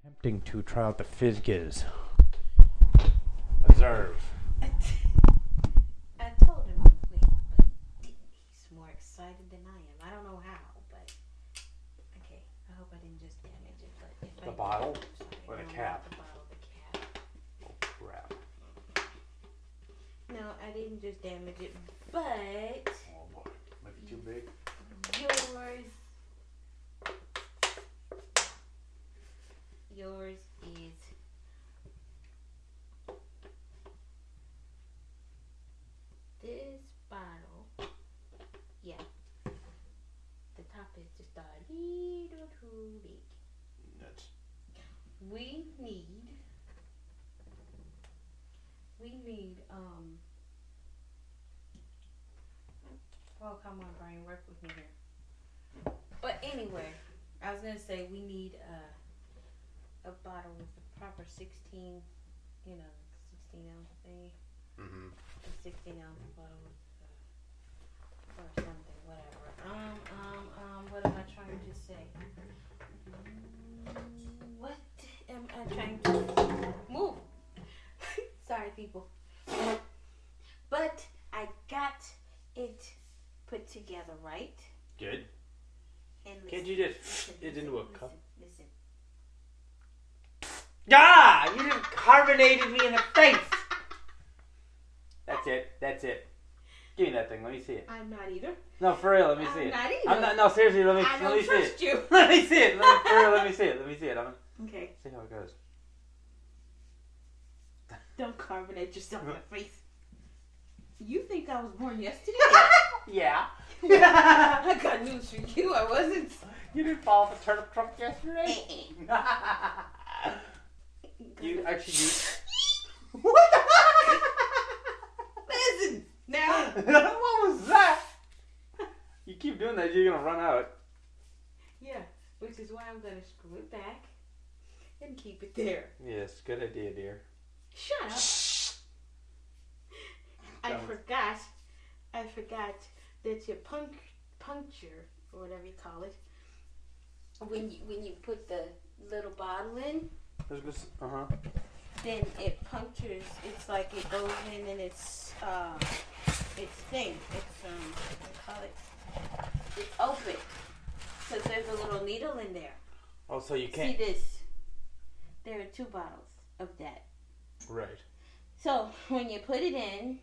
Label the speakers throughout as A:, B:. A: attempting to try out the Fizgiz. Observe.
B: I told him to wait, but he didn't. He's more excited than I am. I don't know how, but okay. I hope I didn't just damage it. But if
A: The
B: I did,
A: bottle
B: I'm sorry.
A: or the
B: No, not
A: cap?
B: The bottle, the cap.
A: Oh, crap.
B: No, I didn't just damage it, but
A: Oh, boy. Might be too big.
B: yours, yours is. This bottle, yeah. The top is just a little too big.
A: That's
B: We need. We need, um. Oh, come on, Brian, work with me here. But anyway, I was gonna say we need a, a bottle with the proper sixteen, you know, sixteen ounce thingy,
A: mm-hmm.
B: a sixteen ounce bottle with, uh, or something, whatever. Um, um, um, what am I trying to say? Mm, What am I trying to move? Sorry, people. But I got it put together right.
A: Good.
B: And
A: Can't
B: listen,
A: you just
B: listen,
A: it
B: listen,
A: into a
B: listen,
A: cup?
B: Listen,
A: Ah! You just carbonated me in the face! That's it. That's it. Give me that thing. Let me see it.
B: I'm not either.
A: No, for real. Let me
B: I'm
A: see it.
B: not either.
A: I'm not. No, seriously. Let me.
B: I
A: Let me
B: don't
A: see it.
B: trust you.
A: Let me see it. Let me, for real, let me see it. Let me see it. I'm
B: Okay,
A: see how it goes.
B: don't carbonate yourself in the face. You think I was born yesterday?
A: yeah.
B: I got news for you. I wasn't.
A: you didn't fall off a turnip truck yesterday.
B: you
A: you actually. You,
B: what Listen now.
A: what was that? You keep doing that, you're gonna run out.
B: Yeah, which is why I'm gonna screw it back and keep it there.
A: Yes, good idea, dear.
B: Shut up. I
A: That was-
B: forgot. I forgot that your punc- puncture or whatever you call it. When you when you put the little bottle in,
A: Uh huh.
B: then it punctures. It's like it goes in and it's uh, it's thing. It's um, what do you call it? It's open. So there's a little needle in there.
A: Oh, so you
B: See
A: can't.
B: this? There are two bottles of that.
A: Right.
B: So when you put it in,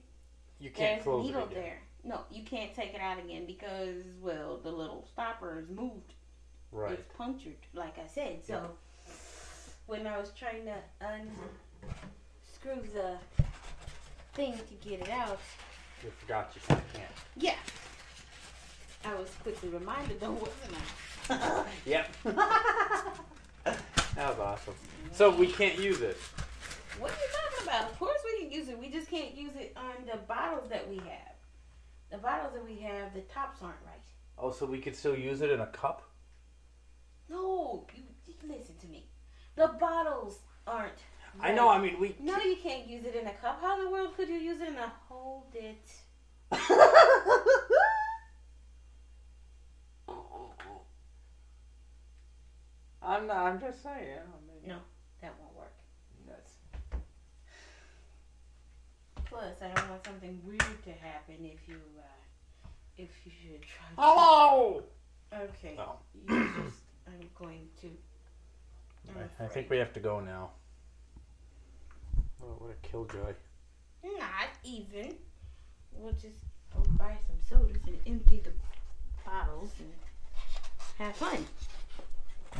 A: You can't
B: there's a
A: close
B: needle
A: it again.
B: there. No, you can't take it out again because well, the little stopper is moved.
A: Right.
B: It's punctured, like I said. So when I was trying to unscrew the thing to get it out,
A: You forgot you kinda can't.
B: yeah, I was quickly reminded though, wasn't I?
A: yep. that was awesome. So we can't use it.
B: What are you talking about? Of course we can use it. We just can't use it on the bottles that we have. The bottles that we have, the tops aren't right.
A: Oh, so we could still use it in a cup?
B: No, you, you listen to me. The bottles aren't.
A: I know.
B: right.
A: I mean, we.
B: No, you can't use it in a cup. How in the world could you use it in a hold it?
A: I'm not. I'm just saying. I mean,
B: No. That won't work.
A: That's
B: Plus, I don't want something weird to happen if you, uh, if you should try. to-
A: Hello.
B: Okay.
A: No.
B: You just, I'm going to. I'm
A: I, I think we have to go now. Oh, What, what a killjoy!
B: afraid. Not even. We'll just go buy some sodas and empty the bottles and have fun.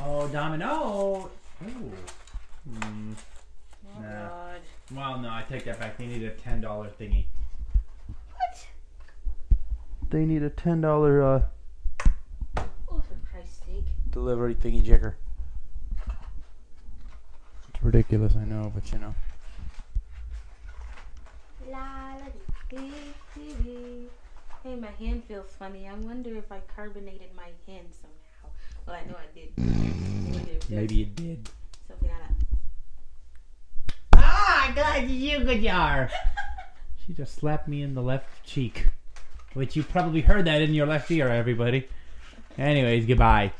C: Oh, Domino. Ooh. Hmm.
B: Oh,
C: Nah.
B: God.
C: Well, no, I take that back. They need a ten dollar thingy.
B: What?
A: They need a ten dollar uh,
B: Oh, for Christ's sake.
A: delivery thingy jicker. It's ridiculous, I know, but you know.
B: La la dee dee dee. Hey, my hand feels funny. I wonder if I carbonated my hand somehow. Well, I know I did. I wonder if there's
C: Maybe it did.
B: Something out
C: Ah, glad you good you are. She just slapped me in the left cheek, which you probably heard that in your left ear, everybody. Anyways, goodbye.